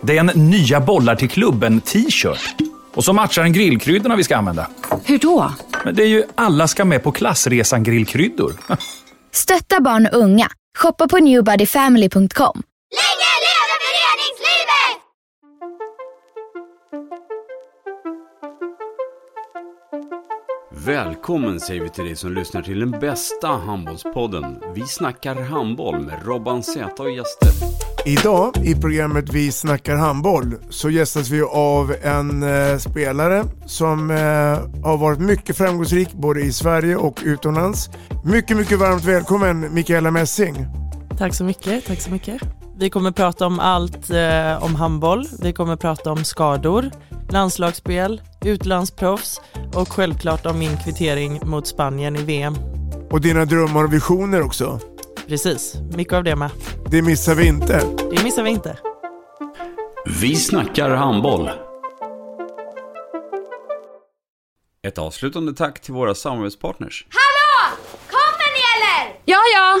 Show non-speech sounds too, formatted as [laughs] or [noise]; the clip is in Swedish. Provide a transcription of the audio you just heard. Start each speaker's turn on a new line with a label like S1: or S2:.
S1: Det är en nya bollar till klubben-t-shirt. Och så matchar den grillkryddorna vi ska använda.
S2: Hur då?
S1: Men det är ju alla ska med på klassresan grillkryddor. [laughs]
S3: Stötta barn och unga. Shoppa på newbodyfamily.com.
S4: Länge leve föreningslivet!
S5: Välkommen säger vi till dig som lyssnar till den bästa handbollspodden. Vi snackar handboll med Robban Z och gäster.
S6: Idag i programmet Vi snackar handboll så gästas vi av en eh, spelare som eh, har varit mycket framgångsrik både i Sverige och utomlands. Mycket, mycket varmt välkommen Mikaela Messing.
S7: Tack så mycket, tack så mycket. Vi kommer prata om allt eh, om handboll, vi kommer prata om skador, landslagsspel, utlandsproffs och självklart om min kvittering mot Spanien i VM.
S6: Och dina drömmar och visioner också.
S7: Precis, mycket av det med.
S6: Det missar vi inte.
S7: Det missar vi inte.
S5: Vi snackar handboll. Ett avslutande tack till våra samarbetspartners.
S4: Hallå! Kommer ni eller?
S2: Ja, ja.